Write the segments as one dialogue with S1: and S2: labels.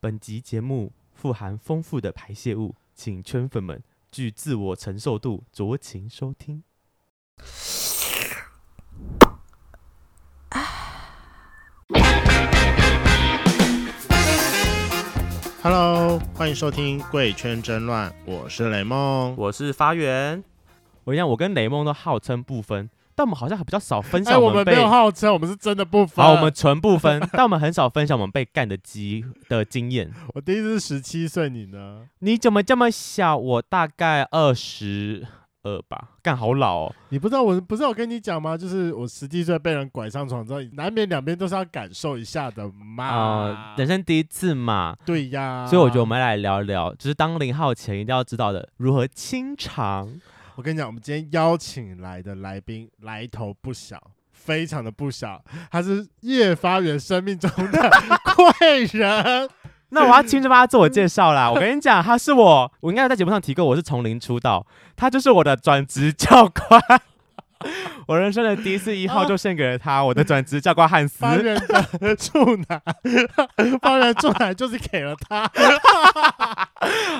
S1: 本集节目富含丰富的排泄物，请圈粉们据自我承受度酌情收听。
S2: Hello，欢迎收听《贵圈争乱》，我是雷梦。
S3: 我是发源，
S1: 我跟你讲，我跟雷梦都号称不分，但我们好像还比较少分
S2: 哎、
S1: 享
S2: 我们
S1: 们
S2: 没
S1: 被。
S2: 有号称，我们是真的不分。
S1: 好，我们纯不分，但我们很少分享我们被干的机的经验。
S2: 我第一次十七岁，你呢？
S1: 你怎么这么小？我大概二十二吧，干好老哦。
S2: 你不知道我不是有跟你讲吗？就是我十七岁被人拐上床之后，难免两边都是要感受一下的嘛。
S1: 啊、人生第一次嘛，
S2: 对呀，
S1: 所以我觉得我们来聊聊，就是当零号前一定要知道的如何清肠。
S2: 我跟你讲，我们今天邀请来的来宾来头不小，非常的不小，他是叶发源生命中的 贵 人。
S1: 那我要亲自帮他自我介绍 啦。我跟你讲，他是我，我应该有在节目上提过，我是从零出道，他就是我的转职教官。 我人生的第一次一号就献给了他，我的转职教官汉斯。
S2: 发源的处男， 发源的处男就是给了他。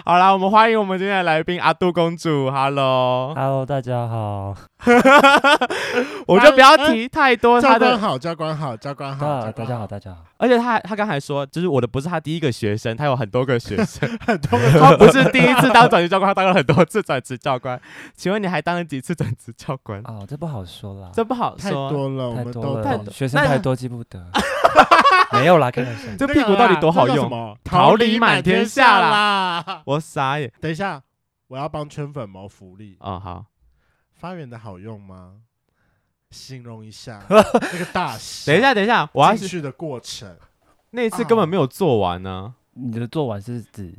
S1: 好啦，我们欢迎我们今天的来宾阿杜公主，Hello。
S3: Hello，大家好，
S1: 我就不要提太多
S2: 教
S1: 他
S2: 官
S1: 的，啊
S2: 好，教官好，教官好，
S3: 大
S2: 教
S3: 大
S2: 官
S3: 家好，，大家好，
S1: 而且他还他刚才说，就是我的不是他第一个学生，他有很多个学生，
S2: 很多个
S1: 他不是第一次当转职教官，他当了很多次转职教官。请问你还当了几次转职教 官？
S3: 哦，这不好说啦，
S1: 这不好
S2: 太
S1: 说，
S2: 多了，我
S3: 太
S2: 们
S3: 多
S2: 都
S3: 了，
S1: 太
S2: 懂。
S3: 学生
S1: 那
S3: 太多记不 得，没有啦，开玩笑，
S1: 这
S2: 那
S1: 屁
S2: 个
S1: 股到底
S2: 啦
S1: 多好
S2: 那叫什
S1: 用？
S2: 么
S1: 桃
S2: 桃
S1: 李
S2: 李
S1: 满
S2: 满
S1: 天
S2: 天
S1: 下
S2: 下啦！
S1: 我傻眼。
S2: 等一下，我要帮圈粉谋福利。
S1: 哦，好，
S2: 发源的好用吗？形容一下 那个大小。
S1: 等一，下，等一下，我要
S2: 进
S1: 是
S2: 去的过程，
S1: 那次根本没有做完呢、
S3: 你的做完是指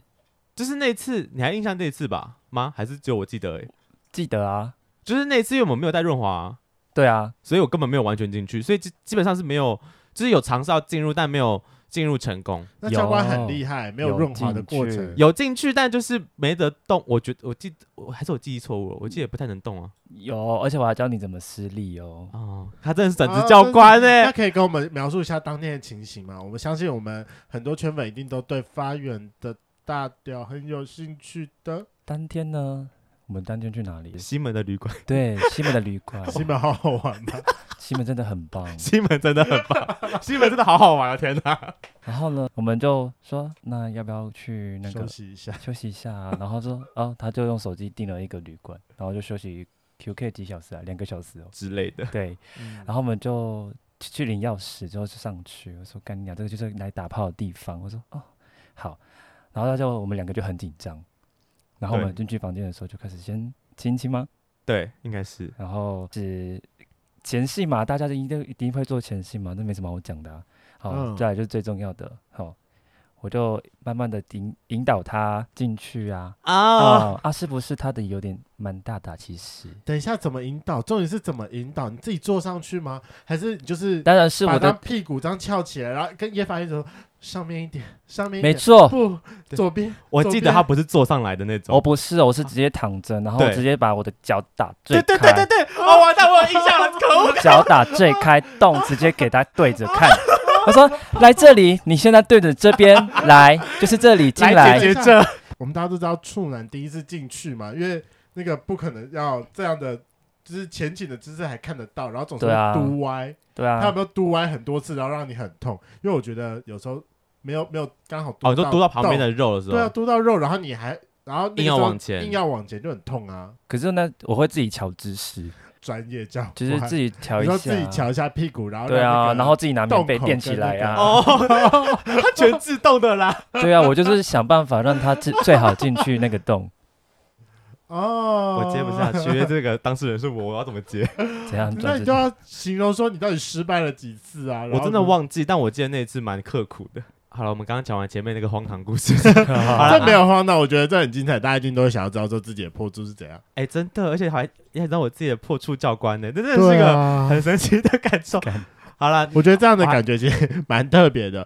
S1: 就是那次你还印象那次吧？吗？还是只有我记得而已？
S3: 记得啊，
S1: 就是那次因为我们没有带润滑啊、
S3: 对啊，
S1: 所以我根本没有完全进去，所以基基本上是没有，就是有尝试要进入，但没有进入成功。
S2: 那教官很
S3: 有
S2: 厉害，没有
S3: 有
S2: 润滑的
S3: 进
S2: 过
S3: 去
S2: 程。
S1: 有进去，但就是没得动。我觉得我记得我还是我记忆错误了，我记得不太能动啊。
S3: 有，而且我还教你怎么施力哦，
S1: 哦，他真的是转
S2: 啊
S1: 职教官欸呢、
S2: 那可以跟我们描述一下当天的情形吗？我们相信我们很多圈粉一定都对发源的大屌很有兴趣 的。
S3: 当天呢？我们当天去哪里？
S1: 西门的旅馆，
S3: 对，西门的旅馆，
S2: 西门好好玩吗？
S3: 西门真的很棒。
S1: 西门真的很棒，西门真的好好玩啊！天哪，
S3: 然后呢，我们就说，那要不要去那个
S2: 休息 一下。
S3: 休息一下 啊、然后说，哦，他就用手机订了一个旅馆，然后就休息 QK 几小时啊，两个小时哦。
S1: 之类的。
S3: 对，然后我们就去去领钥匙之后就上去，我说干你娘，这个就是来打炮的地方。我说哦好，然后他就我们两个就很紧张，然后我
S1: 对
S3: 们进去房间的时候就开始先亲亲吗？
S1: 对，应该是
S3: 然后是前戏嘛，大家就一定一定会做前戏嘛，那没什么好讲的、啊。好，
S2: 嗯
S3: 再来就是最重要的，好。我就慢慢的引引导他进去啊，
S1: 啊。
S3: 哦、啊，是不是他的有点蛮大的啊、其实，
S2: 等一下怎么引导？重点是怎么引导？你自己坐上去吗？还是你就是
S3: 当然是
S2: 把
S3: 我
S2: 他
S3: 的，
S2: 屁股这样翘起来，然后跟叶凡一直说上面一点，上面一
S3: 没
S2: 点，
S3: 错，
S2: 不，
S1: 对
S2: 左边。
S1: 我
S2: 左
S1: 记得
S2: 边
S1: 他不是坐上来的那种
S3: 哦，，不是哦，我是
S2: 啊
S3: 直接躺着，然后
S1: 对
S3: 直接把我的脚打最
S1: 对
S3: 开，
S1: 对对对对，哦，完蛋，我有印象了，可恶！
S3: 脚打最开， 洞直接给他对着看。我说来这里，你现在对着这边 来，就是这里进
S1: 来
S3: 来
S1: 解。决这，
S2: 我们大家都知道处男第一次进去嘛，因为那个不可能要这样的，就是前景的姿势还看得到，然后总是
S3: 对啊
S2: 会嘟歪。
S3: 对
S2: 他有
S3: 啊，
S2: 没有嘟歪很多次，然后让你很痛？因为我觉得有时候没有没有刚好
S1: 哦，你
S2: 到
S1: 就嘟到旁边的
S2: 肉，
S1: 肉的时
S2: 对啊，
S1: 候，
S2: 嘟到肉，然后你还然后那个
S1: 硬要
S2: 时候
S1: 往前
S2: 硬要往前就很痛啊。
S3: 可是呢，我会自己调姿势，
S2: 专业教
S3: 就是自
S2: 己
S3: 己调一
S2: 你说
S3: 下，
S2: 自己调一下屁股，然后
S3: 对
S2: 让那
S3: 啊，
S2: 个
S3: 然后自己拿棉被
S2: 洞口
S3: 垫起
S2: 跟那
S3: 来
S2: 个
S3: 啊。
S1: 哦，他全自动的啦。
S3: 对啊，我就是想办法让他最最好进去那个 洞，
S2: 哦，
S1: 我接不下去，因为这个当事人是我，我要怎么 接？
S3: 怎样
S2: 那
S3: 转
S2: 你
S3: 姿
S2: 就
S3: 势？
S2: 要形容说你到底失败了几次啊？
S1: 我真的
S2: 然后
S1: 忘记，但我记得那一次蛮刻苦的。好了，我们刚刚讲完前面那个荒唐故 事，好
S2: 这
S1: 了
S2: 没有荒唐，我觉得这很精彩，大家一定都会想要知道说自己的破处是怎样。
S1: 哎，真的，而且还也让我自己的破处教官呢，这真的是
S2: 对
S1: 一个
S2: 啊，
S1: 很神奇的感 受
S3: 干。
S1: 好了，
S2: 我觉得这样的感觉其实蛮特别的。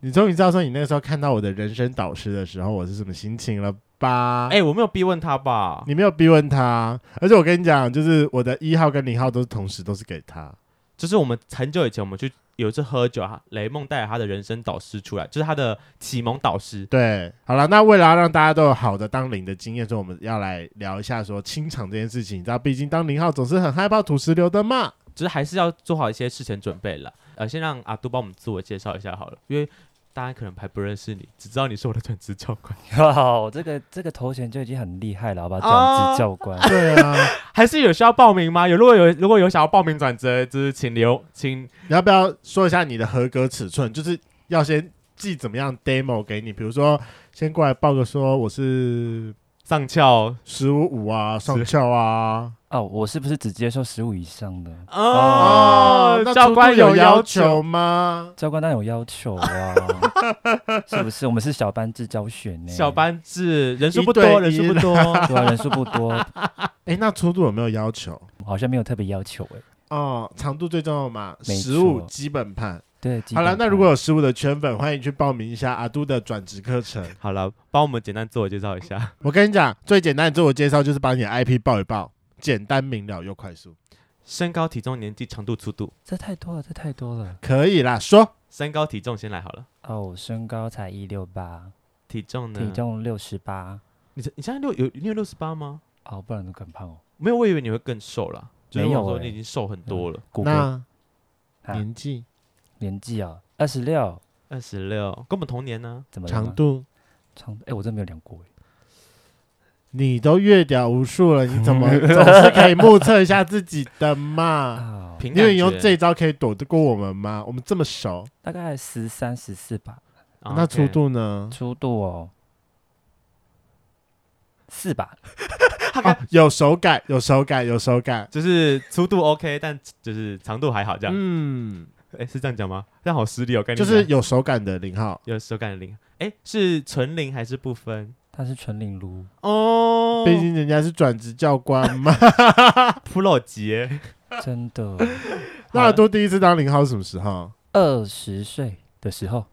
S2: 你终于知道说你那个时候看到我的人生导师的时候，我是什么心情了吧？
S1: 哎，我没有逼问他吧？
S2: 你没有逼问他，而且我跟你讲，就是我的一号跟零号都是同时都是给他。
S1: 就是我们很久以前我们去有一次喝酒啊，雷梦带着他的人生导师出来，就是他的启蒙导师。
S2: 对，好了，那为了要让大家都有好的当零的经验，所以我们要来聊一下说清场这件事情。你知道，毕竟当零号总是很害怕土石流的嘛。
S1: 只是还是要做好一些事前准备了。呃，先让阿杜帮我们自我介绍一下好了，因为大家可能还不认识你，只知道你是我的转职教官，
S3: 好， 这个这个头衔就已经很厉害了，好吧？转
S1: 哦
S3: 职教官，
S2: 对啊，
S1: 还是有需要报名吗？有，如果有如果有想要报名转职，就是请留，请
S2: 你要不要说一下你的合格尺寸？就是要先寄怎么样 demo 给你，比如说先过来报个说我是
S1: 上翘。
S2: 十五五啊，上翘啊。
S3: 哦，我是不是只接受十五以上的？
S1: 哦，
S2: 啊那
S1: 教官
S2: 速度有
S1: 要
S2: 求，吗？
S3: 教官当然有要求 啊，是不是？我们是小班制教学呢，
S1: 小班制人数
S2: 一
S1: 不
S2: 对
S1: 多，
S2: 一
S1: 人数不多。
S3: 对啊，人数不多，
S2: 哎、那粗度有没有要求？
S3: 好像没有特别要求哎。
S2: 哦，长度最重要嘛，
S3: 没错
S2: 十五基本盘。
S3: 对，基
S2: 好了，
S3: 本
S2: 那如
S3: 盘
S2: 果有十五的圈粉，欢迎去报名一下阿都的转职课程。
S1: 好了，帮我们简单自我介绍一 下。
S2: 我跟你讲，最简单的自我介绍就是把你的 IP 报一报，简单明了又快速，
S1: 身高、体重、年纪、长度、粗度。
S3: 这太多了，这太多了。
S2: 可以啦。说
S1: 身高体重先来好了，
S3: 哦，我身高才一六八，
S1: 体重呢？
S3: 体重六十八。
S1: 你这你现在六有你有六十八吗？
S3: 哦，不然都更胖哦。
S1: 没有，我以为你会更瘦啦。就是
S3: 没有
S1: 我说
S3: 欸
S1: 你已经瘦很多
S2: 嗯
S1: 了，
S3: 骨骼
S2: 那
S3: 啊
S2: 年纪、
S3: 年纪啊，二十六，
S1: 二十六，跟我们同年啊呢、
S3: 怎么了吗
S2: 长度，
S3: 长度？哎，我真没有量过哎。
S2: 你都阅表无数了，你 怎么总是可以目测一下自己的嘛？
S3: 啊，
S1: 凭
S2: 因
S1: 感
S2: 为
S1: 觉
S2: 你用这一招可以躲得过我们吗？我们这么熟，
S3: 大概十三、十四吧，
S1: 啊
S2: 那
S1: OK
S2: 粗度呢？
S3: 粗度哦，四吧。
S2: 哦有手感，有手感，有手感。
S1: 就是粗度 OK，但就是长度还好这样。
S2: 嗯，
S1: 哎、是这样讲吗？这样好失礼哦，跟你
S2: 就
S1: 讲
S2: 是有手感的零号。
S1: 有手感的零。哎、是纯零还是不分？
S3: 它是纯领撸，
S1: 哦，
S2: 毕竟人家是转职教官嘛。
S1: pro 级，
S3: 真的。
S2: 那阿都第一次当零号是什么时候？
S3: 二十岁的时候，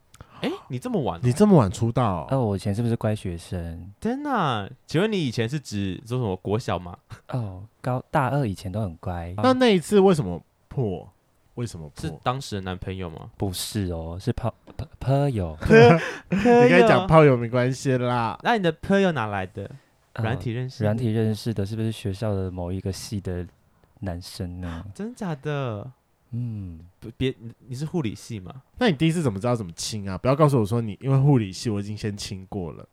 S1: 哎、你这么晚哦、
S2: 你这么晚出道哦、
S3: 哦，我以前是不是乖学生？
S1: 天哪！请问你以前是指说什么国小吗？
S3: 哦，高大二以前都很乖。
S2: 那那一次为什么破？为什么破
S1: 呃是？当时的男朋友吗？
S3: 不是哦，是泡泡 泡友，嗯
S1: 你
S2: 你跟你讲，炮友没关系啦。
S1: 那你的朋友哪来的？
S3: 呃
S1: 软体认识的？
S3: 软体认识的，是不是学校的某一个系的男生呢？
S1: 真假的？
S3: 嗯，
S1: 不别，你你是护理系吗？
S2: 那你第一次怎么知道怎么亲啊？不要告诉我说你因为护理系我已经先亲过了。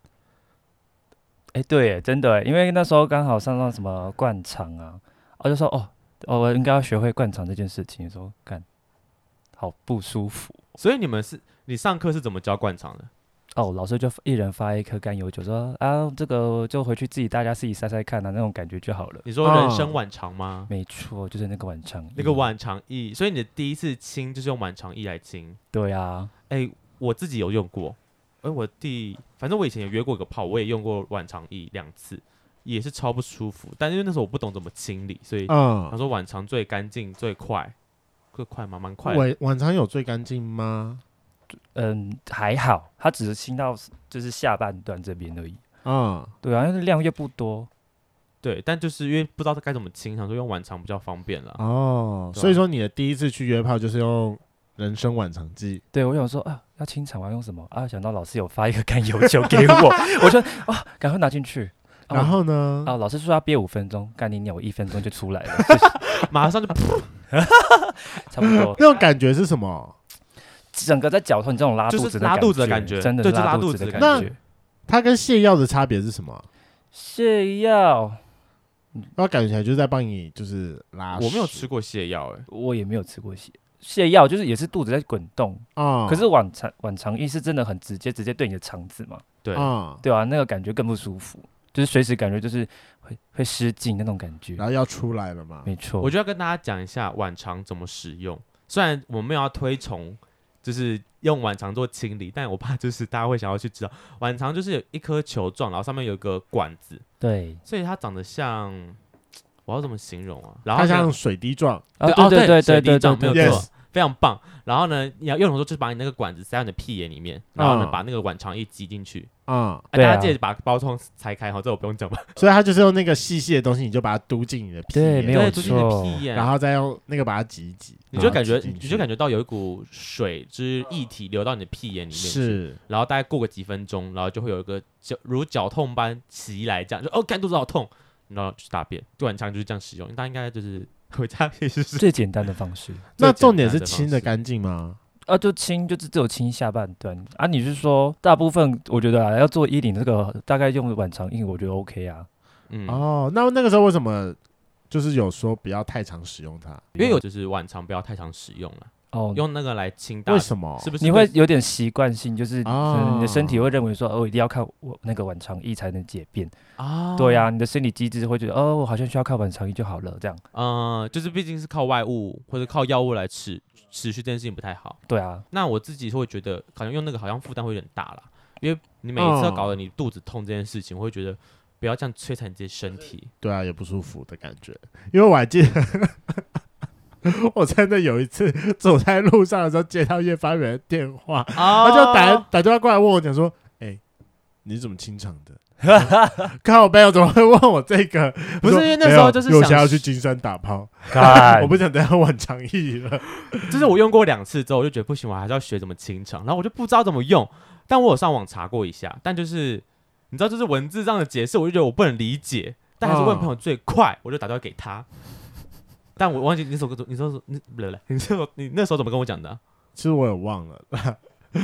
S3: 哎，对耶，真的耶，因为那时候刚好上到什么灌肠啊，我就说哦，哦，我应该要学会灌肠这件事情，说干，好不舒服
S1: 所以你们是你上课是怎么教灌肠的？
S3: 哦，老师就一人发一颗甘油酒，说啊，这个就回去自己大家自己塞塞看啊，那种感觉就好了。
S1: 你说人生碗肠吗？
S3: 嗯没错，就是那个晚肠，
S1: 那个，碗肠液，所以你的第一次亲就是用碗肠液来亲。
S3: 对啊，
S1: 哎、我自己有用过。哎、我弟，反正我以前有约过一个炮，我也用过碗肠液两次，也是超不舒服。但因为那时候我不懂怎么清理，所以
S3: 哦
S1: 他
S2: 嗯，
S1: 说晚肠最干净、最快，最快吗？蛮快的。
S2: 晚晚餐有最干净吗？
S3: 嗯，还好，它只是清到就是下半段这边而已。
S2: 嗯，
S3: 对啊，因为量又不多，
S1: 对，但就是因为不知道该怎么清，想说用晚肠比较方便啦。
S2: 哦，
S1: 对啊
S2: 所以说你的第一次去约炮就是用人生晚肠剂。
S3: 对我想说啊，要清肠我要用什么啊？想到老师有发一个甘油酒给 我，我就啊，赶快拿进去。
S1: 哦
S3: 啊
S2: 然后呢？
S3: 啊，老师说要憋五分钟，干你鸟，我一分钟就出来了， 就是
S1: 马 上就
S3: 差不多。
S2: 那种感觉是什么？
S3: 整个在绞痛，你这种拉
S1: 就是
S3: 肚子的
S1: 拉
S3: 感
S1: 肚子的
S3: 觉
S1: 感觉
S3: 真的
S1: 对
S3: 是
S1: 就拉
S3: 拉
S1: 肚子
S3: 肚子
S1: 的
S3: 的
S1: 感
S3: 感觉。
S2: 它跟泻药的差别是什么？
S3: 泻药
S2: 那感觉起来就是在帮你就是拉屎。
S1: 我没有吃过泻药、哎，
S3: 我也没有吃过泻泻药，就是也是肚子在滚动，
S2: 啊，
S3: 可是晚肠晚肠意是真的很直接，直接对你的肠子嘛。
S1: 对，
S2: 啊，
S3: 对啊，那个感觉更不舒服，就是随时感觉就是会会失禁那种感觉。
S2: 然后要出来了嘛？
S3: 没错，
S1: 我就要跟大家讲一下晚肠怎么使用。虽然我们没有要推崇，就是用晚肠做清理，但我怕就是大家会想要去知道，晚肠就是有一颗球状，然后上面有一个管子，
S3: 对
S1: 所以它长得像，我要怎么形容啊？然后
S2: 它
S1: 呢
S2: 像水滴状。
S3: 啊，
S1: 对哦
S3: 对
S1: 对
S3: 对
S1: 水
S3: 对
S1: 滴
S3: 对
S1: 状没
S3: 对
S1: 有
S3: 对
S1: 错
S2: Yes，
S1: 非常棒。然后呢，你要用的时候就是把你那个管子塞到你的屁眼里面，然后呢、
S2: 嗯
S1: 把那个碗肠液挤进去。
S2: 啊、
S1: 啊
S3: 对
S1: 大
S3: 啊
S1: 家记得把包装拆开哈，这我不用讲吧？
S2: 所以它就是用那个细细的东西，你就把它嘟进你的屁
S3: 对
S2: 眼
S3: 没有
S1: 对就是你的
S3: 错
S1: 屁眼，啊
S2: 然后再用那个把它挤一挤，
S1: 你就感
S2: 然
S1: 觉
S2: 后啊挤进
S1: 你
S2: 去
S1: 就感觉到有一股水之液体流到你的屁眼里面去，
S2: 是
S1: 然后大概过个几分钟，然后就会有一个绞如绞痛般袭来，这样就哦，干肚子好痛，然后去大便，杜晚肠就是这样使用，大家应该就是回家可以试 试。
S3: 最简单的方式
S2: 那
S1: 最简
S2: 重点
S1: 单
S2: 是
S1: 的方
S2: 清的
S1: 式
S2: 干净吗？
S3: 啊，就清就是只有清下半段啊。你是说大部分我觉得啊，要做衣领这个大概用晚长印，我觉得 OK 啊。
S1: 嗯，
S2: 哦，那那个时候为什么就是有说不要太常使用它？
S1: 因为有就是晚肠不要太常使用了，
S3: 哦，
S1: 用那个来清大
S2: 为
S1: 便，
S2: 什么？
S1: 是不是啊
S3: 你会有点习惯性，就是
S2: 哦
S3: 可能你的身体会认为说，哦，我一定要靠我那个晚肠衣才能解便。
S1: 啊？
S3: 对啊，，你的生理机制会觉得，哦，我好像需要靠晚肠衣就好了，这样。
S1: 嗯，就是毕竟是靠外物或者靠药物来持持续这件事情不太好。
S3: 对啊，
S1: 那我自己是会觉得，好像用那个好像负担会有点大啦，因为你每一次要
S2: 嗯
S1: 搞得你肚子痛这件事情，我会觉得不要这样摧残你自己身体。
S2: 对啊，也不舒服的感觉。因为我还记得， 我真的有一次走在路上的时候接到叶发源的电话，
S1: 啊
S2: 他就打打电话过来问我讲说：“哎、你怎么清场 的？”靠背，我怎么会问我这个？
S1: 不是
S2: 我说
S1: 因为那时候
S2: 没有
S1: 就是
S2: 因为我
S1: 想哎
S2: 现在要去金山打炮，我不想等下晚长义 了。
S1: 就是我用过两次之后，我就觉得不行，我还是要学怎么清肠，然后我就不知道怎么用，但我有上网查过一下，但就是你知道，就是文字上的解释，我就觉得我不能理解，但还是问朋友最快，我就打电话给他。但我忘记你那时候，你那时候你不对，你那时候你那时候怎么跟我讲的啊、
S2: 其实我也忘了，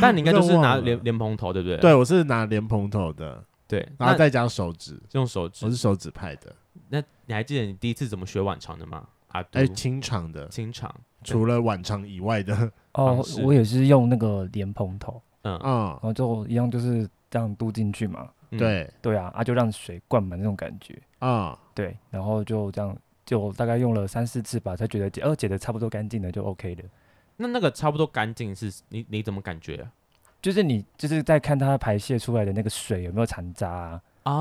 S1: 但你应该就是拿
S2: 我真的忘了
S1: 莲莲蓬头，对不对？
S2: 对我是拿莲蓬头的，
S1: 对，
S2: 然后
S1: 那
S2: 再加手指，
S1: 用手指
S2: 我是手指派的。
S1: 那你还记得你第一次怎么学晚肠的吗？阿杜
S2: 哎，清场的，
S1: 清肠，
S2: 除了晚场以外的，
S3: 哦
S1: 方式，
S3: 我也是用那个莲蓬头，
S1: 嗯，
S2: 嗯
S3: 然，后就一样就是这样嘟进去嘛。
S1: 嗯，
S2: 对，
S3: 对啊，啊就让水灌满那种感觉。
S2: 啊，
S3: 对，然后就这样，就大概用了三四次吧，才觉得解，呃，解的差不多干净了，就 OK 了。
S1: 那那个差不多干净是，你你怎么感觉
S3: 就是你就是在看它排泄出来的那个水有没有残渣、啊。
S1: 啊？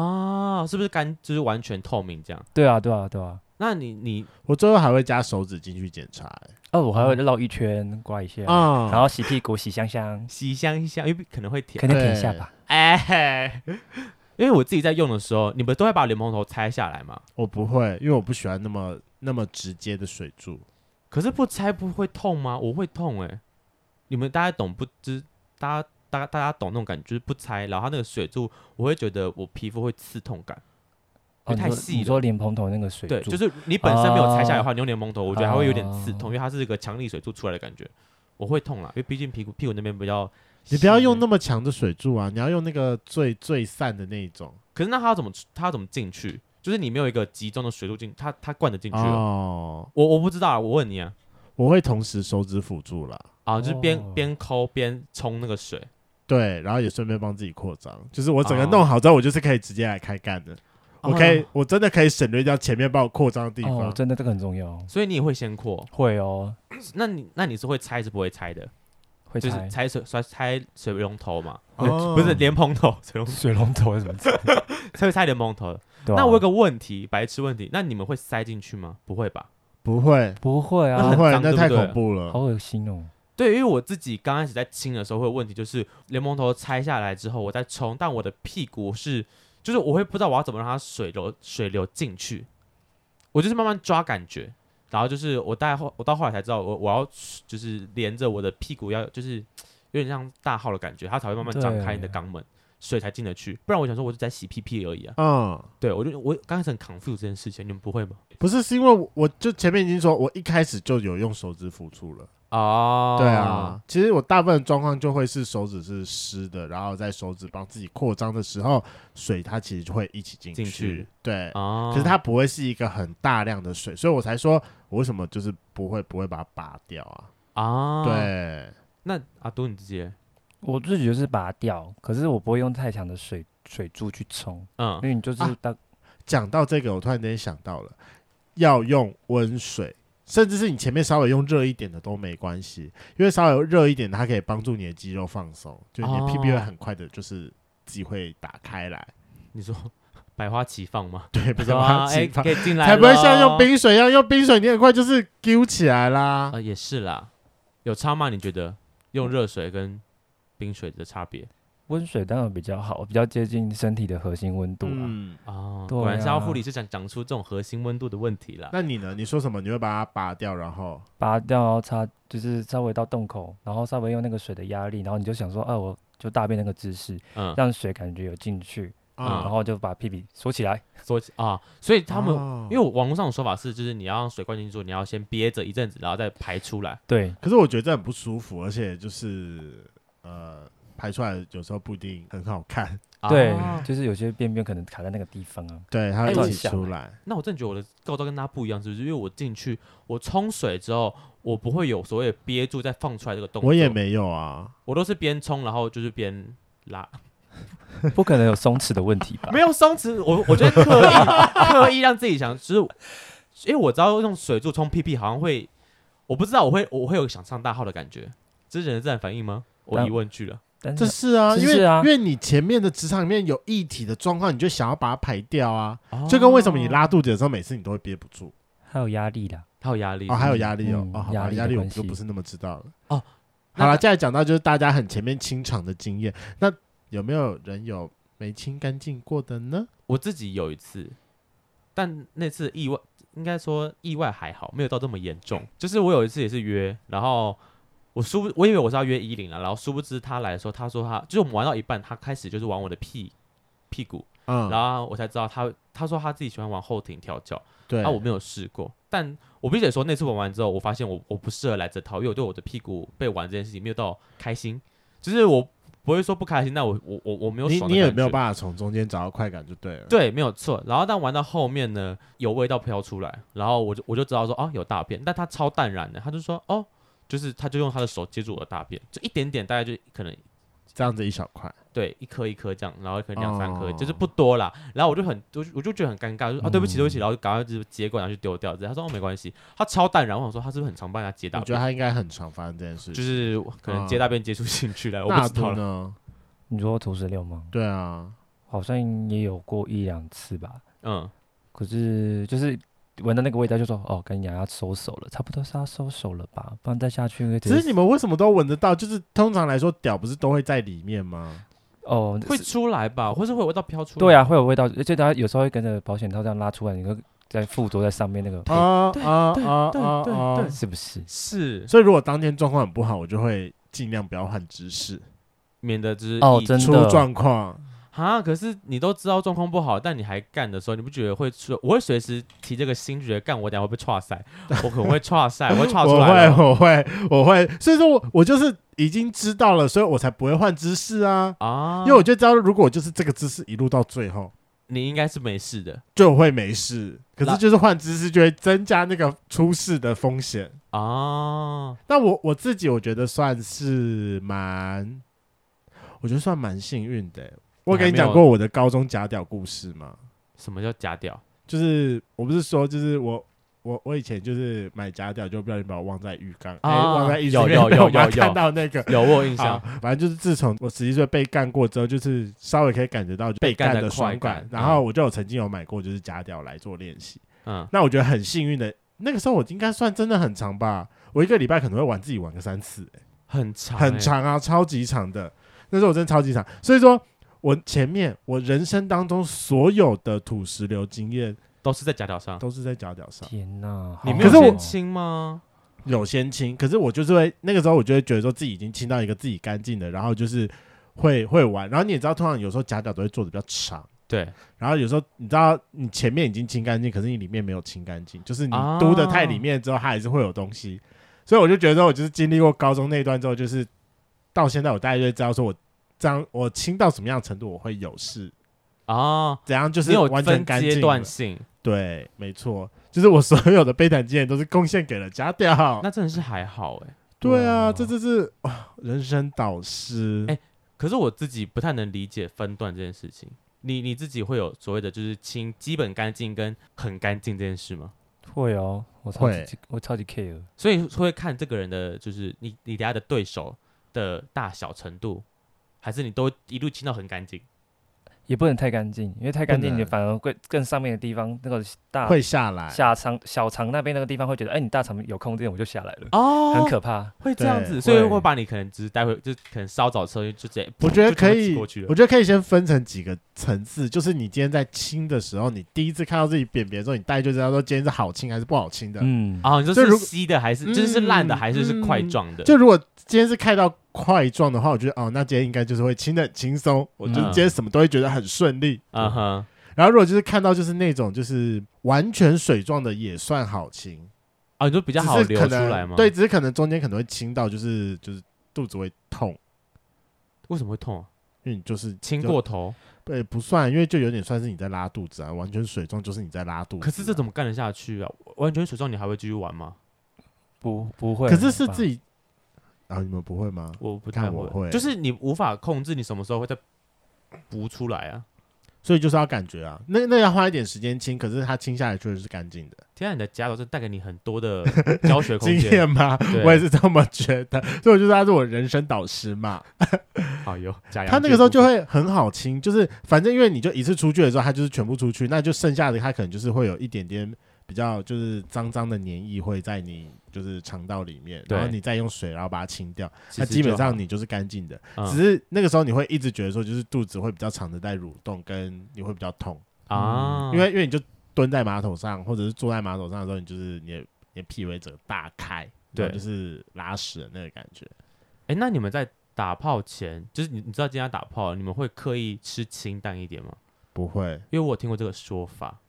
S1: 啊，是不是干就是完全透明这样？
S3: 对啊，对啊，对啊。
S1: 那你你
S2: 我最后还会加手指进去检查，
S3: 哦，我还会绕一圈，刮一下，
S1: 嗯
S2: 啊，
S3: 然后洗屁股，洗香 香，
S1: 洗香一下，因为可能会甜
S3: 肯。定舔一下吧。
S1: 哎嘿，因为我自己在用的时候，你们都会把莲蓬头拆下来嘛？
S2: 我不会，因为我不喜欢那么那么直接的水柱，
S1: 可是不拆不会痛吗？我会痛哎、你们大家懂不？知大家大家大家懂那种感觉，就是不拆，然后它那个水柱，我会觉得我皮肤会刺痛感。
S3: 哦，
S1: 因为
S3: 你
S1: 太
S3: 说
S1: 细
S3: 你
S1: 了
S3: 说莲蓬头那个水
S1: 对，
S3: 柱，
S1: 就是你本身没有拆下来的
S2: 啊
S1: 话，你用莲蓬头，我觉得还会有点刺痛，因
S3: 哦
S1: 为它是一个强力水柱出来的感觉，我会痛啦，因为毕竟屁股屁股那边比较。
S2: 你不要用那，么强的水柱啊，你要用那个最最散的那一种
S1: 可是那它要怎么它要怎么进去？就是你没有一个集中的水柱进，它它灌得进去啊了。
S2: 哦，
S1: 我我不知道啊，我问你啊，
S2: 我会同时手指辅助啦，
S1: 啊，就是边
S3: 哦
S1: 边抠边冲那个水，
S2: 对，然后也顺便帮自己扩张，就是我整个
S1: 哦
S2: 弄好之后，我就是可以直接来开干的，我可以
S1: 哦，
S2: 我真的可以省略掉前面帮我扩张的地
S3: 哦
S2: 方，，
S3: 真的这个很重要。
S1: 所以你也会先扩。
S3: 会哦，
S1: 那你那你是会拆是不会拆的？
S3: 会
S1: 就是
S3: 拆
S1: 拆水拆拆水龙头嘛，
S2: 哦
S1: 不是莲蓬头， 水龙
S3: 水龙头是 什么字？
S1: 才会拆莲蓬头的。
S3: 对啊
S1: 那我有个问题，白痴问题，那你们会塞进去吗？不会吧？
S2: 不会，
S3: 不会
S1: 那
S3: 啊
S2: 不
S1: 很，
S2: 会，
S1: 脏
S2: 那
S1: 对不
S2: 太
S1: 对
S2: 恐怖了
S3: 好。恶心哦。
S1: 对，因为我自己刚开始在清的时候会有问题，就是莲蓬头拆下来之后，我再冲，但我的屁股是，就是我会不知道我要怎么让它水流水流进去，我就是慢慢抓感觉，然后就是我大概后我到后来才知道我，我要就是连着我的屁股要就是有点像大号的感觉，它才会慢慢张开你的
S3: 对
S1: 肛门，水才进得去，不然我想说我就在洗屁屁而已啊。
S2: 嗯，
S1: 对，我就我刚开始很 confuse 这件事情，你们不会吗？
S2: 不是，是因为我我就前面已经说，我一开始就有用手指辅助了。
S1: 哦
S2: 对啊，，其实我大部分状况就会是手指是湿的，然后在手指帮自己扩张的时候，水它其实就会一起进
S1: 进去
S2: 对，
S1: 哦，
S2: 可是它不会是一个很大量的水，所以我才说我为什么就是不会不会把它拔掉啊？
S1: 啊，，
S2: 对，
S1: 那阿都你自己，
S3: 我自己就是拔掉，可是我不会用太强的水水柱去冲，
S1: 嗯
S3: 因，为你就是
S2: 啊
S3: 当
S2: 讲到这个，我突然间想到了，要用温水。甚至是你前面稍微用热一点的都没关系，因为稍微热一点，它可以帮助你的肌肉放松，就是你的屁屁会
S1: 哦
S2: 很快的，就是自己会打开来。
S1: 你说百花齐放吗？
S2: 对，不
S1: 不
S2: 是把它
S1: 哎，
S2: 挤放
S1: 可以进来，
S3: 哦
S2: 才不会像用。冰水一样，用冰水你很快就是揪起来啦
S1: 呃啊，。也是啦，有差吗？你觉得用热水跟冰水的差别
S3: 温水当然比较好，比较接近身体的核心温度啊啦。
S2: 嗯，
S1: 哦，
S3: 对
S1: 果然是要
S3: 啊
S1: 护理师讲讲出这种核心温度的问题啦。
S2: 那你呢？你说什么？你会把它拔掉，然后
S3: 拔掉，然后擦，就是稍微到洞口，然后稍微用那个水的压力，然后你就想说，啊，我就大便那个姿势，
S1: 嗯，
S3: 让水感觉有进去，
S1: 啊
S3: 嗯然后就把屁屁锁起来。
S1: 所以啊，所以他们、
S2: 哦
S1: 因为网络上的说法是，就是你要让水灌进去之后，你要先憋着一阵子，然后再排出来。
S3: 对，
S2: 可是我觉得这很不舒服，而且就是呃，排出来有时候不一定很好看。
S3: 对
S1: 啊，
S3: 就是有些便便可能卡在那个地方啊。
S2: 对，它
S1: 哎
S2: 会
S1: 我
S2: 一
S3: 很
S2: 起
S3: 想
S2: 出来。
S1: 那我真的觉得我的构造跟他不一样，是不是？因为我进去，我冲水之后，我不会有所谓的憋住再放出来这个动作。
S2: 我也，没有啊，
S1: 我都是边冲，然后就是边拉，
S3: 不可能有松弛的问题吧？
S1: 没有松弛。我我觉得刻意刻意让自己想，就是因为我知道用水柱冲屁屁好像会，我不知道我会我会有想上大号的感觉，这是人的自然反应吗？我
S3: 但
S1: 疑问句了。
S3: 但
S2: 这
S3: 是
S2: 是啊，因为
S3: 是啊
S2: 因为你前面的职场里面有异体的状况，你就想要把它排掉啊，就跟为什么你
S1: 哦
S2: 拉肚子的时候，每次你都会憋不住
S3: 还有压力啦。
S1: 他有压力
S2: 哦，还有压力哦
S3: 嗯，
S2: 哦，好
S3: 压
S2: 吧
S3: 力的
S2: 压力我
S3: 关
S2: 就
S3: 系
S2: 不是那么知道了
S1: 哦。
S2: 好
S1: 那
S2: 了，接下来讲到就是大家很前面清场的经验，那有没有人有没清干净过的呢？
S1: 我自己有一次，但那次意外，应该说意外还好，没有到这么严重。就是我有一次也是约，然后我殊不我以为我是要约依林了，然后殊不知他来的时候，他说他就是我们玩到一半，他开始就是玩我的屁屁股，
S2: 嗯，
S1: 然后我才知道他他说他自己喜欢往后庭调教，
S2: 对
S1: 啊，我没有试过，但我必须得说那次玩完之后，我发现我我不适合来这套，因为我对我的屁股被玩这件事情没有到开心，就是我不会说不开心，但我我我我没有
S2: 你
S1: 爽的
S2: 你也
S1: 感
S2: 没有
S1: 觉
S2: 办法从中间找到快感就对了。
S1: 对，没有错。然后但玩到后面呢，有味道飘出来，然后我就我就知道说哦有大便，但他超淡然的，他就说哦，就是他就用他的手接住我的大便，就一点点，大概就可能
S2: 这样子一小块，
S1: 对一颗一颗这样，然后可能两三颗，
S2: 哦
S1: 就是不多啦。然后我就很我就我就觉得很尴尬，就说啊对不起对
S2: 嗯
S1: 不起，然后就赶快就是接过来然后就丢掉。这样他说哦没关系，他超淡然，我想说他是不是很常帮人家接大
S2: 我觉得
S1: 便？
S2: 他应该很常发生这件事情。
S1: 就是可能接大便接出兴趣来，我不
S2: 那
S1: 知道了。
S2: 度呢？
S3: 你说土石流吗？
S2: 对啊，
S3: 好像也有过一两次吧。
S1: 嗯，
S3: 可是就是闻到那个味道，就说哦，跟牙要收手了，差不多是要收手了吧，不然再下去会直
S2: 只
S3: 接
S2: 是你们为什么都闻得到？就是通常来说，屌不是都会在里面吗？
S3: 哦
S1: 会
S3: 是
S1: 出来吧，或是会有味道飘出来。
S3: 对啊，会有味道，而且它有时候会跟着保险套这样拉出来，你会在附着在上面那个，
S2: 啊
S1: 对
S2: 啊啊
S1: 对
S2: 啊
S1: 对
S2: 啊！
S3: 是不是？
S1: 是
S2: 所以如果当天状况很不好，我就会尽量不要换姿势，
S1: 免得就是
S3: 哦
S1: 一
S3: 真的
S2: 出状况。
S1: 啊！可是你都知道状况不好，但你还干的时候，你不觉得会说我会随时提这个心，觉得干我等下会被岔赛，我可能会岔赛，我会岔出
S2: 我
S1: 来
S2: 会，
S1: 了
S2: 我会，我会。所以说我我就是已经知道了，所以我才不会换姿势啊。
S1: 啊！
S2: 因为我就知道，如果我就是这个姿势一路到最后，
S1: 你应该是没事的
S2: 就会没事。可
S1: 那
S2: 是就是换姿势就会增加那个出事的风险。
S1: 啊，
S2: 但我我自己我觉得算是蛮，我觉得算蛮幸运的欸、我
S1: 你还
S2: 跟你
S1: 没有
S2: 讲过我的高中假屌故事吗？
S1: 什么叫假屌？
S2: 就是我不是说，就是我我我以前就是买假屌，就不小心把我忘在浴缸，
S1: 啊
S2: 哎、忘在浴室
S1: 有
S2: 里面
S1: 有
S2: 被
S1: 有
S2: 我妈
S1: 有有
S2: 看到那个。
S1: 有我有印
S2: 好
S1: 象，
S2: 反正就是自从我十一岁被干过之后，就是稍微可以感觉到
S1: 被干
S2: 干
S1: 的
S2: 的爽
S1: 快
S2: 感
S1: 感。
S2: 然后我就有曾经有买过就是假屌来做练习，
S1: 嗯，
S2: 那我觉得很幸运的，那个时候我应该算真的很长吧，我一个礼拜可能会玩自己玩个三次、欸
S1: 很长、欸
S2: 很，长啊，超级长的。那时候我真的超级长，所以说我前面我人生当中所有的土石流经验
S1: 都是在假屌上。
S2: 都是在脚屌上，
S3: 天哪，
S1: 你
S3: 好
S1: 没有
S2: 可是我
S1: 先亲吗？
S2: 有先清，可是我就是会那个时候我就会觉得说自己已经清到一个自己干净的，然后就是会会玩，然后你也知道，通常有时候假屌都会做的比较长。
S1: 对，
S2: 然后有时候你知道你前面已经清干净，可是你里面没有清干净，就是你
S1: 啊
S2: 嘟的太里面之后，它还是会有东西。所以我就觉得说我就是经历过高中那一段之后，就是到现在我大概就知道说我这样我清到什么样的程度我会有事，
S1: 啊，
S2: 怎样就
S1: 你
S2: 是
S1: 有
S2: 完全
S1: 分
S2: 干
S1: 阶
S2: 净
S1: 段
S2: 了。
S1: 性，
S2: 对，没错，就是我所有的悲惨经验都是贡献给了假屌。
S1: 那真的是还好哎、
S2: 对啊，
S3: 哇
S2: 这这是哇人生导师。
S1: 哎可是我自己不太能理解分段这件事情。你你自己会有所谓的就是清基本干净跟很干净这件事吗？
S3: 会哦，我超
S2: 会
S3: 级我超级 care，
S1: 所以会看这个人的，就是你你等下的对手的大小程度，还是你都一路清到很干净？
S3: 也不能太干净，因为太干净
S2: 不
S3: 你
S2: 能
S3: 反而会更上面的地方那个
S1: 哎
S3: 大
S2: 会下来，
S3: 下肠小肠那边那个地方会觉得，哎、你大肠有空间我就下来了，
S1: 哦，
S3: 很可怕。
S1: 会这样
S2: 对
S1: 子，所以
S3: 会
S1: 会把你可能只是待会就可能稍早车就直接，
S2: 我觉得
S1: 就这么
S2: 可
S1: 挤
S2: 以，
S1: 过去
S2: 我
S1: 了。
S2: 觉得可以先分成几个层次，就是你今天在清的时候，你第一次看到自己便便的时候，你大概就知道说今天是好清还是不好清的。
S3: 嗯，
S1: 啊，你说
S2: 就是如
S1: 稀的还是就是是烂的
S2: 嗯
S1: 还是是块状的？
S2: 就如果今天是看到块状的话，我觉得哦，那今天应该就是会清的轻松，我就是
S1: 嗯
S2: 今天什么都会觉得很顺利。
S1: 嗯哼，
S2: 然后如果就是看到就是那种就是完全水状的也算好清，
S1: 啊，你说比
S2: 比
S1: 较好流出来吗？
S2: 对，，只是可能中间可能会清到就是就是肚子会痛，
S1: 为什么会痛啊？
S2: 因为你就是
S1: 亲
S2: 就
S1: 过头？
S2: 对，不算，因为就有点算是你在拉肚子啊，完全水状就是你在拉肚子啊、
S1: 可是这怎么干得下去啊？完全水状你还会继续玩吗？
S3: 不不会吧。
S2: 可是是自己啊，你们不会吗？
S1: 我不太
S2: 看我
S1: 会，
S2: 会
S1: 就是你无法控制你什么时候会再补出来啊！
S2: 所以就是要感觉啊，那那要花一点时间清，可是它清下来确实是干净的。
S1: 天啊，你的夹头是带给你很多的教学空
S2: 经
S1: 间。
S2: 验吗
S1: 对？
S2: 我也是这么觉得，所以我就说他是我人生导师嘛。
S1: 好有，加油！
S2: 他那个时候就会很好清，就是反正因为你就一次出去的时候，他就是全部出去，那就剩下的他可能就是会有一点点比较就是脏脏的黏液会在你就是肠道里面，
S1: 对
S2: 然后你再用水然后把它清掉，
S1: 其
S2: 那
S1: 实
S2: 基本
S1: 就好
S2: 上你就是干净的。
S1: 嗯
S2: 只是那个时候你会一直觉得说，就是肚子会比较长的在蠕动，跟你会比较痛，
S1: 啊，
S2: 嗯因为因为你就蹲在马桶上或者是坐在马桶上的时候，你就是你的你的屁尾整个大开，
S1: 对
S2: 然后就是拉屎的那个感觉。
S1: 哎、那你们在打炮前，就是你你知道今天要打炮，你们会刻意吃清淡一点吗？
S2: 不会，
S1: 因为我有听过这个说法，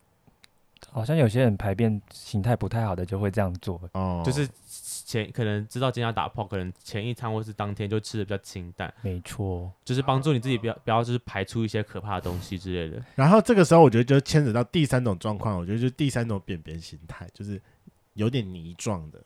S3: 好像有些人排便形态不太好的就会这样做，
S2: 哦，
S1: 就是前可能知道今天要打炮，可能前一餐或是当天就吃的比较清淡，
S3: 没错。
S1: 就是帮助你
S2: 啊
S1: 自己不要不要就是排出一些可怕的东西之类的。
S2: 然后这个时候，我觉得就牵扯到第三种状况，我觉得就是第三种便便形态，就是有点泥状的，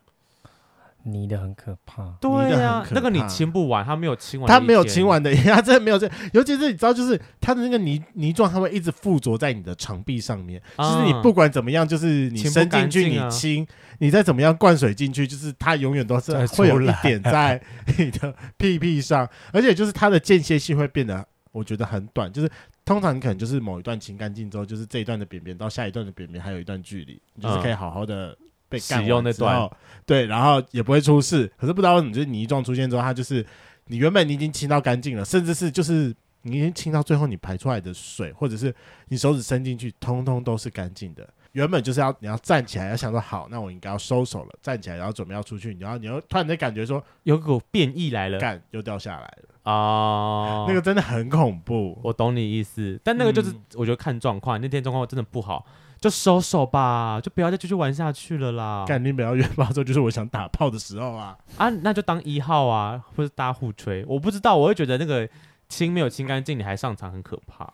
S3: 泥的很可怕，
S2: 的
S1: 对
S2: 很
S1: 啊，
S2: 可
S1: 那个你
S2: 怕
S1: 清不完，他没有清完，
S2: 它没有清，完的， 它真的没有这，尤其是你知道，就是它的那个泥泥状，它会一直附着在你的肠壁上面，就是你
S1: 啊
S2: 不管怎么样，就是你
S1: 清不
S2: 伸进
S1: 干
S2: 去
S1: 净
S2: 你
S1: 啊
S2: 清，你再怎么样灌水进去，就是它永远都是
S3: 再
S2: 会有
S3: 出
S2: 一
S3: 来
S2: 点
S1: 啊
S2: 在你的屁屁上，而且就是它的间歇性会变得，我觉得很短，就是。通常你可能就是某一段清干净之后，就是这一段的便便到下一段的便便还有一段距离，你
S1: 嗯
S2: 就是可以好好的被干完
S1: 使用那
S2: 之后
S1: 段，
S2: 对，然后也不会出事。可是不知道为什么，就是泥状出现之后，它就是你原本你已经清到干净了，甚至是就是你已经清到最后，你排出来的水或者是你手指伸进去，通通都是干净的。原本就是要你要站起来，要想说好，那我应该要收手了，站起来，然后准备要出去，然后你又突然间感觉说，
S1: 有股变异来了
S2: 干又掉下来了，
S1: 啊。
S2: 那个真的很恐怖。
S1: 我懂你意思，但那个就是、
S2: 嗯
S1: 我觉得看状况，那天状况真的不好，就收手吧，就不要再继续玩下去了啦。
S2: 干你不要约炮之后，就是我想打炮的时候啊，
S1: 啊，那就当一号啊，或是大家互吹。我不知道，我会觉得那个清没有清干净，你还上场很可怕。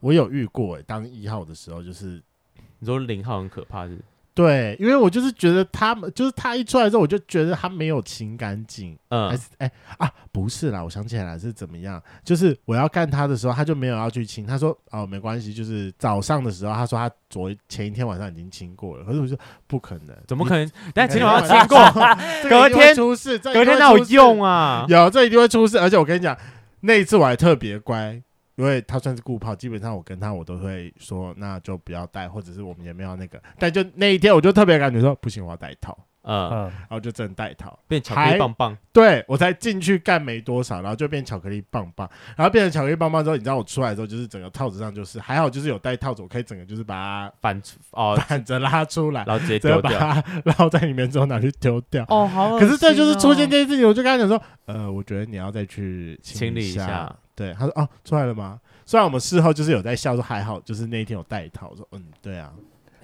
S2: 我有遇过、欸，当一号的时候就是
S1: 你说零号很可怕是不是？
S2: 对，因为我就是觉得他们，就是他一出来之后，我就觉得他没有清干净，还
S1: 嗯
S2: 是哎、啊，不是啦，我想起来了，是怎么样？就是我要干他的时候，他就没有要去亲，他说哦没关系，就是早上的时候，他说他昨前一天晚上已经亲过了，可是我就说不可能，
S1: 怎么可能？但前
S2: 前
S1: 天晚上清 过，
S2: 隔
S1: 隔
S2: 天
S1: 天
S2: 出事，这 个
S1: 隔
S2: 一定
S1: 天
S2: 会
S1: 哪有
S2: 出事
S1: 用啊？
S2: 有，这一定会出事。而且我跟你讲，那一次我还特别乖，因为他算是顾炮，基本上我跟他我都会说，那就不要带，或者是我们也没有那个。但就那一天，我就特别感觉说，不行，我要带一套，
S1: 嗯，
S3: 嗯，
S2: 然后就真的带一套。
S1: 变巧克
S2: 啊还
S1: 力棒棒，
S2: 对我才进去干没多少，然后就变巧克力棒棒，然后变成巧克力棒棒之后，你知道我出来的时候，就是整个套子上就是还好，就是有带套子，我可以整个就是把
S1: 反哦
S2: 它， 反着拉出 来，
S1: 然后直接
S2: 然后
S1: 丢
S2: 把
S1: 掉。
S2: 它捞在里面之后拿去丢掉。
S1: 哦，好恶心哦、
S2: 可是这就是出现这件事情，我就跟他讲说，呃，我觉得你要再去
S1: 清理
S2: 理
S1: 一下
S2: 对，他说哦，出来了吗？虽然我们事后就是有在笑，说还好，就是那一天有带套。我说嗯，对啊，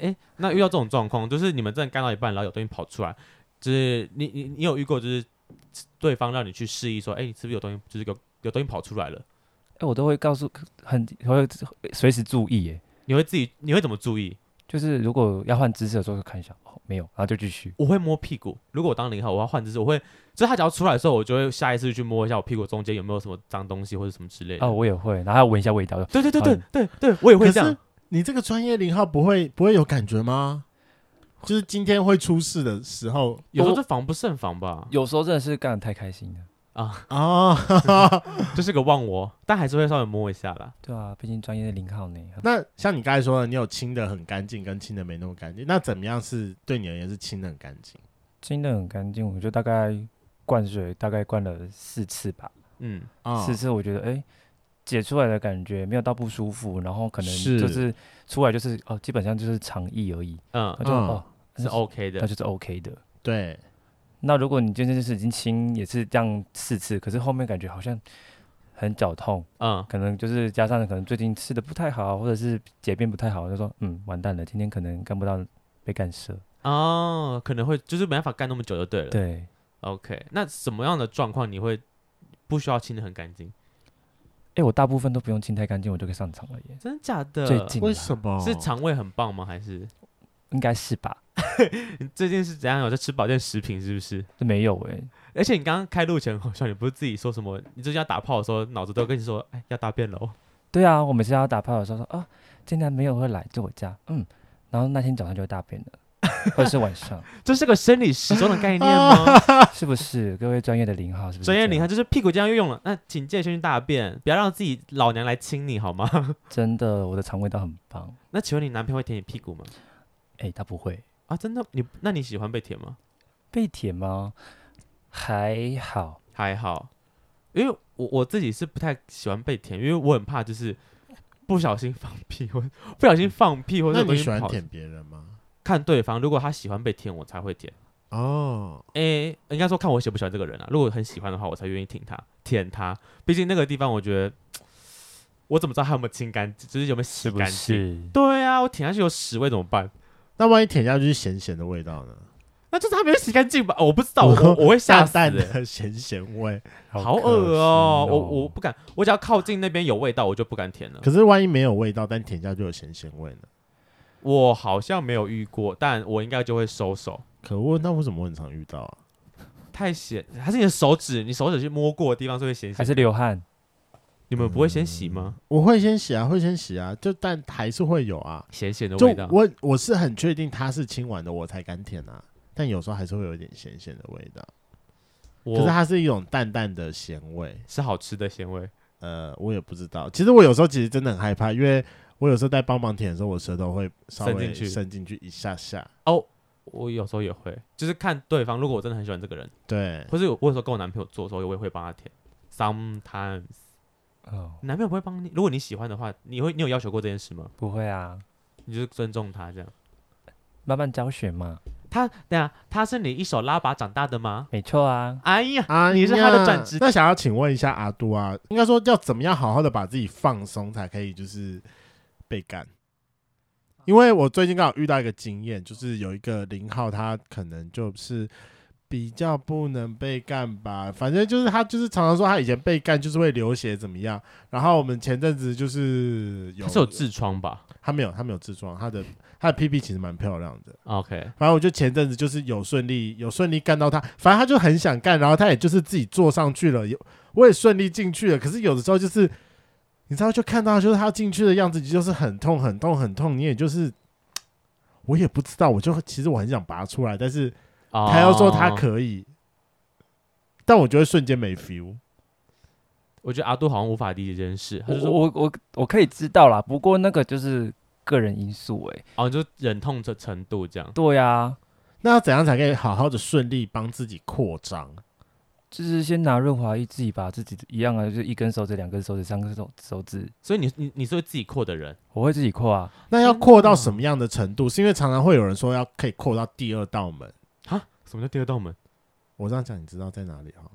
S1: 哎、那遇到这种状况，就是你们真的干到一半，然后有东西跑出来，就是你你你有遇过，就是对方让你去示意说，哎、你是不是有东西，就是有有东西跑出来了？
S3: 哎、我都会告诉，很我会随时注意，哎，
S1: 你会自己你会怎么注意？
S3: 就是如果要换姿势的时候，就看一下，哦，没有，然后就继续。
S1: 我会摸屁股。如果我当零号，我要换姿势，我会，就是他只要出来的时候，我就会下意识去摸一下我屁股中间有没有什么脏东西或者什么之类的。
S3: 哦，我也会，然后还要闻一下味道，
S1: 对对对对
S3: 嗯
S1: 对对，我也会
S2: 哦可
S1: 这样
S2: 是。你这个专业零号不会不会有感觉吗？就是今天会出事的时候，
S1: 有时候
S3: 我
S1: 这防不胜防吧。
S3: 有时候真的是干的太开心了，
S1: 啊、啊，
S2: 哦，
S1: 就是个忘我，但还是会稍微摸一下啦。
S3: 对啊，毕竟专业的零号呢，很
S2: 那像你刚才说的，你有清的很干净，跟清的没那么干净，那怎么样是对你而言是清的很干净？
S3: 清的很干净，我就大概灌水大概灌了四次吧，
S1: 嗯，
S2: 啊、
S3: 四次我觉得哎、解出来的感觉没有到不舒服，然后可能
S2: 是
S3: 就是出来就是哦，基本上就是肠意而已，
S1: 嗯
S3: 那，就、
S2: 嗯
S3: 哦
S1: 是 OK
S3: 那
S1: 的。
S3: 就是 OK 的。
S2: 对，
S3: 那如果你今天就是已经清也是这样四次，可是后面感觉好像很绞痛，
S1: 嗯，
S3: 可能就是加上可能最近吃的不太好，或者是解便不太好，就说嗯完蛋了，今天可能干不到被干涉。
S1: 哦，可能会就是没办法干那么久就对了。
S3: 对，
S1: OK，那什么样的状况你会不需要清的很干净？
S3: 哎，我大部分都不用清太干净，我就可以上场了耶。
S1: 真的假的？
S3: 最近哦
S2: 为
S3: 啦
S2: 什么？
S1: 是肠胃很棒吗？还是
S3: 应该是吧？
S1: 你最近是怎样？有在吃保健食品是不是？
S3: 这没有哎、
S1: 而且你刚刚开录前好像你不是自己说什么？你最近要打炮的时候，脑子都跟你说，哎，要大便喽。
S3: 对啊，我每次要打炮的时候说啊，今天没有会来住我家，嗯，然后那天早上就会大便 了，或者是晚上，
S1: 这是个生理时钟的概念 吗？
S3: 是不是？各位专业的零号是不是这
S1: 专
S3: 样？
S1: 业领航就是屁股这样又用了，那请借先去大便，不要让自己老娘来亲你好吗？
S3: 真的，我的肠胃道很棒。
S1: 那请问你男朋友会舔你屁股吗？
S3: 哎、他不会
S1: 啊，真的？你那你喜欢被舔吗？
S3: 被舔吗？还好，
S1: 还好，因为我我自己是不太喜欢被舔，因为我很怕就是不小心放屁，或不小心放屁，或者
S2: 那
S1: 是不
S2: 你
S1: 小
S2: 喜
S1: 心
S2: 欢
S1: 跑
S2: 舔别人吗？
S1: 看对方，如果他喜欢被舔，我才会舔。
S2: 哦，
S1: 诶、应该说看我喜不喜欢这个人啊。如果很喜欢的话，我才愿意舔他，舔他。毕竟那个地方，我觉得我怎么知道他有没有清干净，就是有没有洗
S3: 是不
S1: 干净？
S3: 是？
S1: 对啊，我舔下去有屎味怎么办？
S2: 那万一舔下去是咸咸的味道呢？
S1: 那就是他没有洗干净吧？哦我不知 道，我
S2: 我
S1: 我我会吓
S2: 淡
S1: 死、欸。
S2: 淡的咸咸味。
S1: 好
S3: 可
S1: 恶
S3: 惜
S1: 哦！我
S3: 哦
S1: 我不敢，我只要靠近那边有味道，我就不敢舔了。
S2: 可是万一没有味道，但舔下去有咸咸味呢？
S1: 我好像没有遇过，但我应该就会收手。
S2: 可恶，那为什么我很常遇到啊？
S1: 太咸，还是你的手指，你手指去摸过的地方是会咸
S3: 还
S1: 咸。
S3: 是流汗，
S1: 你们不会先洗吗？
S2: 我会先洗啊，会先洗啊，就但还是会有啊。
S1: 咸咸的
S2: 就
S1: 味道。
S2: 我我是很确定它是清完的，我才敢舔啊。但有时候还是会有一点咸咸的味道，
S1: 我
S2: 可是它是一种淡淡的咸味。
S1: 是好吃的咸味。
S2: 呃，我也不知道。其实我有时候其实真的很害怕，因为我有时候在帮忙舔的时候，我舌头会稍
S1: 伸
S2: 微
S1: 进去
S2: 伸进去一下下。
S1: 我有时候也会，就是看对方。如果我真的很喜欢这个人，
S2: 对，
S1: 或是我有时候跟我男朋友做的时候，我也会帮他舔。Sometimes，
S3: 哦，
S1: 男朋友不会帮你。如果你喜欢的话，你会你有要求过这件事吗？
S3: 不会啊，
S1: 你就是尊重他这样。
S3: 慢慢教学嘛，
S1: 他对啊，他是你一手拉拔长大的吗？
S3: 没错啊，
S1: 哎呀，
S2: 啊，
S1: 你是他的转职
S2: 那想要请问一下阿杜啊，应该说要怎么样好好的把自己放松，才可以就是被干？因为我最近刚好遇到一个经验，就是有一个零号，他可能就是比较不能被干吧，反正就是他就是常常说他以前被干就是会流血怎么样，然后我们前阵子就是有
S1: 他是有痔疮吧
S2: 他没有他没有痔疮，他的他的屁屁其实蛮漂亮的，
S1: ？OK，
S2: 反正我就前阵子就是有顺利有顺利干到他，反正他就很想干，然后他也就是自己坐上去了，也我也顺利进去了。可是有的时候就是，你知道，就看到就是他进去的样子，就是很痛很痛很痛，你也就是。我也不知道，我就其实我很想拔出来，但是他
S1: 他
S2: 要说他，可以，但我就会瞬间没 feel。
S1: 我觉得阿杜好像无法理解这件事。他
S3: 我
S1: 就说
S3: 我我我可以知道啦，不过那个就是个人因素哎、
S1: 哦，你就忍痛的程度这样。
S3: 对啊，
S2: 那要怎样才可以好好的顺利帮自己扩张？
S3: 就是先拿润滑液自己把自己一样啊，就是一根手指、两根手指、三根手手指，
S1: 所以你你你是会自己扩的人，
S3: 我会自己扩啊，
S2: 那要扩到什么样的程度？是因为常常会有人说要可以扩到第二道门，
S1: 什么叫第二道门？
S2: 我这样讲，你知道在哪里哈？哦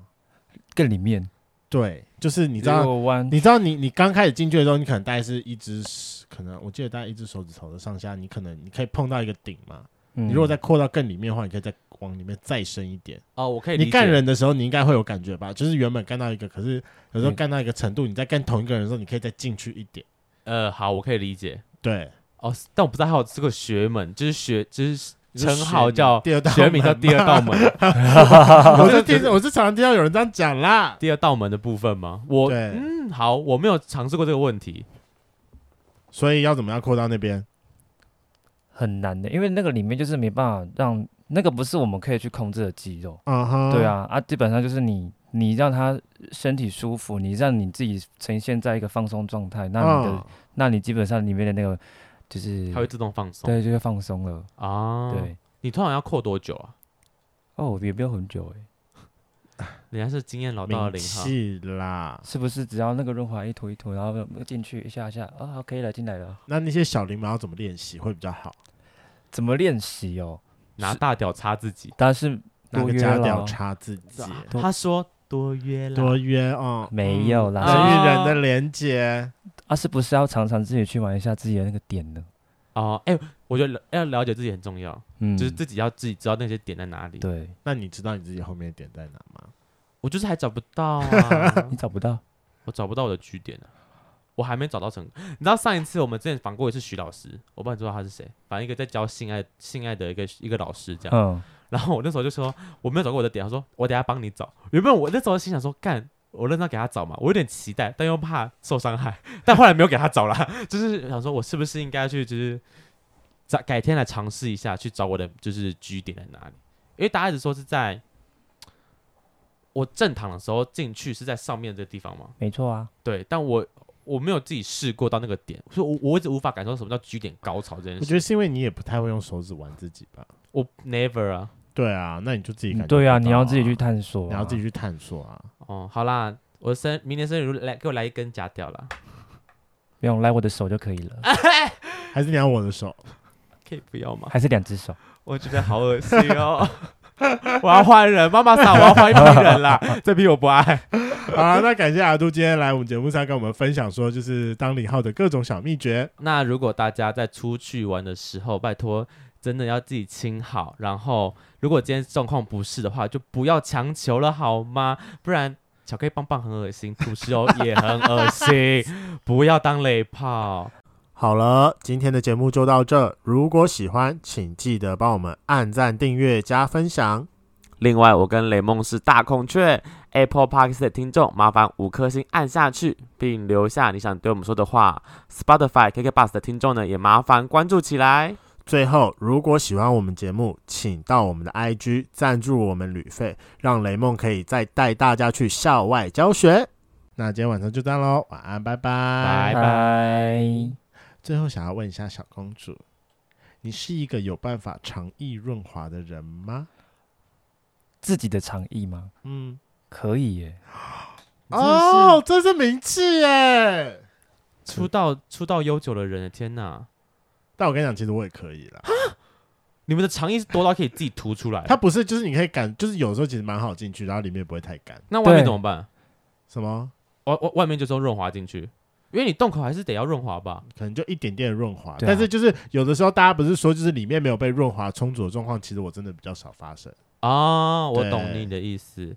S3: 更里面。
S2: 对，就是你
S3: 你
S2: 知道，
S3: 弯
S2: 你知道你你刚开始进去的时候，你可能大概是一只手，可能我记得大概一只手指头的上下，你可能你可以碰到一个顶嘛。
S3: 嗯
S2: 你如果再扩到更里面的话，你可以再往里面再深一点。
S1: 哦，我可以理解
S2: 你干人的时候，你应该会有感觉吧？就是原本干到一个，可是有时候
S3: 嗯
S2: 干到一个程度，你在干同一个人的时候，你可以再进去一点。
S1: 呃，好，我可以理解。
S2: 对，
S1: 哦，但我不知道还有这个学门，就是学就是
S2: 你说
S1: 称号
S2: 学名
S1: 叫
S2: 第二道
S1: 学名叫
S2: 门
S1: 第二
S2: 吗
S1: 道。门，
S2: 我是听，我是常常听到有人这样讲啦。
S1: 第二道门的部分吗？我
S2: 对
S1: 嗯，好，我没有尝试过这个问题。
S2: 所以要怎么样扩到那边？
S3: 很难的，因为那个里面就是没办法让那个不是我们可以去控制的肌肉。
S2: 啊哈，
S1: 嗯
S3: 对，啊，啊，基本上就是你你让他身体舒服，你让你自己呈现在一个放松状态，那你的、
S2: 嗯
S3: 那你基本上里面的那个就是
S1: 它会自动放松。
S3: 对就会放松了，
S2: 嗯
S1: 啊，，
S3: 对。
S1: 你通常要扣多久啊？
S3: 哦，也没有很久哎、
S1: 人家是经验老道的
S2: 名
S1: 零号，
S2: 气啦。
S3: 是不是只要那个润滑一涂一涂，然后进去一下下啊，好可以了，进来了。
S2: 那那些小零毛要怎么练习会比较好？
S3: 怎么练习哦？
S1: 拿大屌插自己。
S3: 但是
S2: 拿
S3: 多
S2: 个
S3: 约
S2: 夹
S3: 了
S2: 屌
S3: 哦
S2: 插自己，
S3: 多
S1: 他说多约啦，
S2: 多约哦，
S3: 没有啦
S2: 人与人
S1: 啊
S2: 的连接，
S3: 啊，是不是要常常自己去玩一下自己的那个点呢？
S1: 哦，哎、我觉得了要了解自己很重要，
S3: 嗯，
S1: 就是自己要自己知道那些点在哪里。，
S3: 对
S2: 那你知道你自己后面的点在哪吗？
S1: 我就是还找不到 啊
S3: 你，找不到
S1: 我找不到我的据点啊，我还没找到成。你知道上一次我们之前访过一次徐老师，我不知道你知道他是谁，反正一个在教性爱性爱的一个一个老师这样。
S3: 嗯，
S1: 然后我那时候就说我没有找过我的点，他说我等下帮你找。原本我那时候心想说干。我认真给他找嘛，我有点期待，但又怕受伤害，但后来没有给他找啦， 就是想说我是不是应该去，就是找改天来尝试一下，去找我的就是据点在哪里？因为大家一直说是在我正躺的时候进去是在上面这个地方嘛，
S3: 没错啊。
S1: 对，但我我没有自己试过到那个点，所以我我一直无法感受什么叫据点高潮这件
S2: 我
S1: 事。
S2: 觉得是因为你也不太会用手指玩自己吧？
S1: 我 never 啊，
S2: 对啊，那你就自己感觉
S3: 对啊，
S2: 不到
S3: 你要自己去，探索、
S2: 你要自己。去探索啊。
S1: 哦，好啦，我生明年生日如来给我来一根假屌啦，
S3: 不用来我的手就可以了，
S2: 还是你要我的手？
S1: 可以不要吗？
S3: 还是两只手？
S1: 我觉得好恶心哦， 我要换人，妈妈桑，我要换一批人 啦，这批我不爱。
S2: 好啊，那感谢阿杜今天来我们节目上跟我们分享说，就是当零号的各种小秘诀。
S1: 那如果大家在出去玩的时候，拜托真的要自己亲好，然后如果今天状况不是的话，就不要强求了好吗？不然。巧克力棒棒很恶心，吐司哦也很恶 心，不要当雷炮。
S2: 好了，今天的节目就到这。如果喜欢，请记得帮我们按赞、订阅、加分享。
S4: 另外，我跟雷梦是大孔雀 Apple Park 的听众，麻烦五颗星按下去，并留下你想对我们说的话。Spotify KK Bus 的听众呢，也麻烦关注起来。
S2: 最后，如果喜欢我们节目，请到我们的 IG 赞助我们旅费，让雷梦可以再带大家去校外教学。那今天晚上就这样喽，晚安，拜拜。
S1: 拜
S3: 拜。
S2: 最后，想要问一下小公主，你是一个有办法长意润滑的人吗？
S3: 自己的长意吗？
S2: 嗯，
S3: 可以耶，
S1: 真的是，
S2: 哦这是名气耶！
S1: 出道出道悠久的人，天哪！
S2: 但我跟你讲，其实我也可以啦。
S1: 你们的肠衣是多到可以自己涂出来？
S2: 它不是，就是你可以感，就是有时候其实蛮好进去，然后里面也不会太干。
S1: 那外面
S3: 对
S1: 怎么办？
S2: 什么？
S1: 外外外面就是用润滑进去，因为你洞口还是得要润滑吧？
S2: 可能就一点点的润滑，
S3: 对啊
S2: 但是就是有的时候大家不是说就是里面没有被润滑充足的状况，其实我真的比较少发生。
S1: 啊，我懂
S2: 对
S1: 你的意思。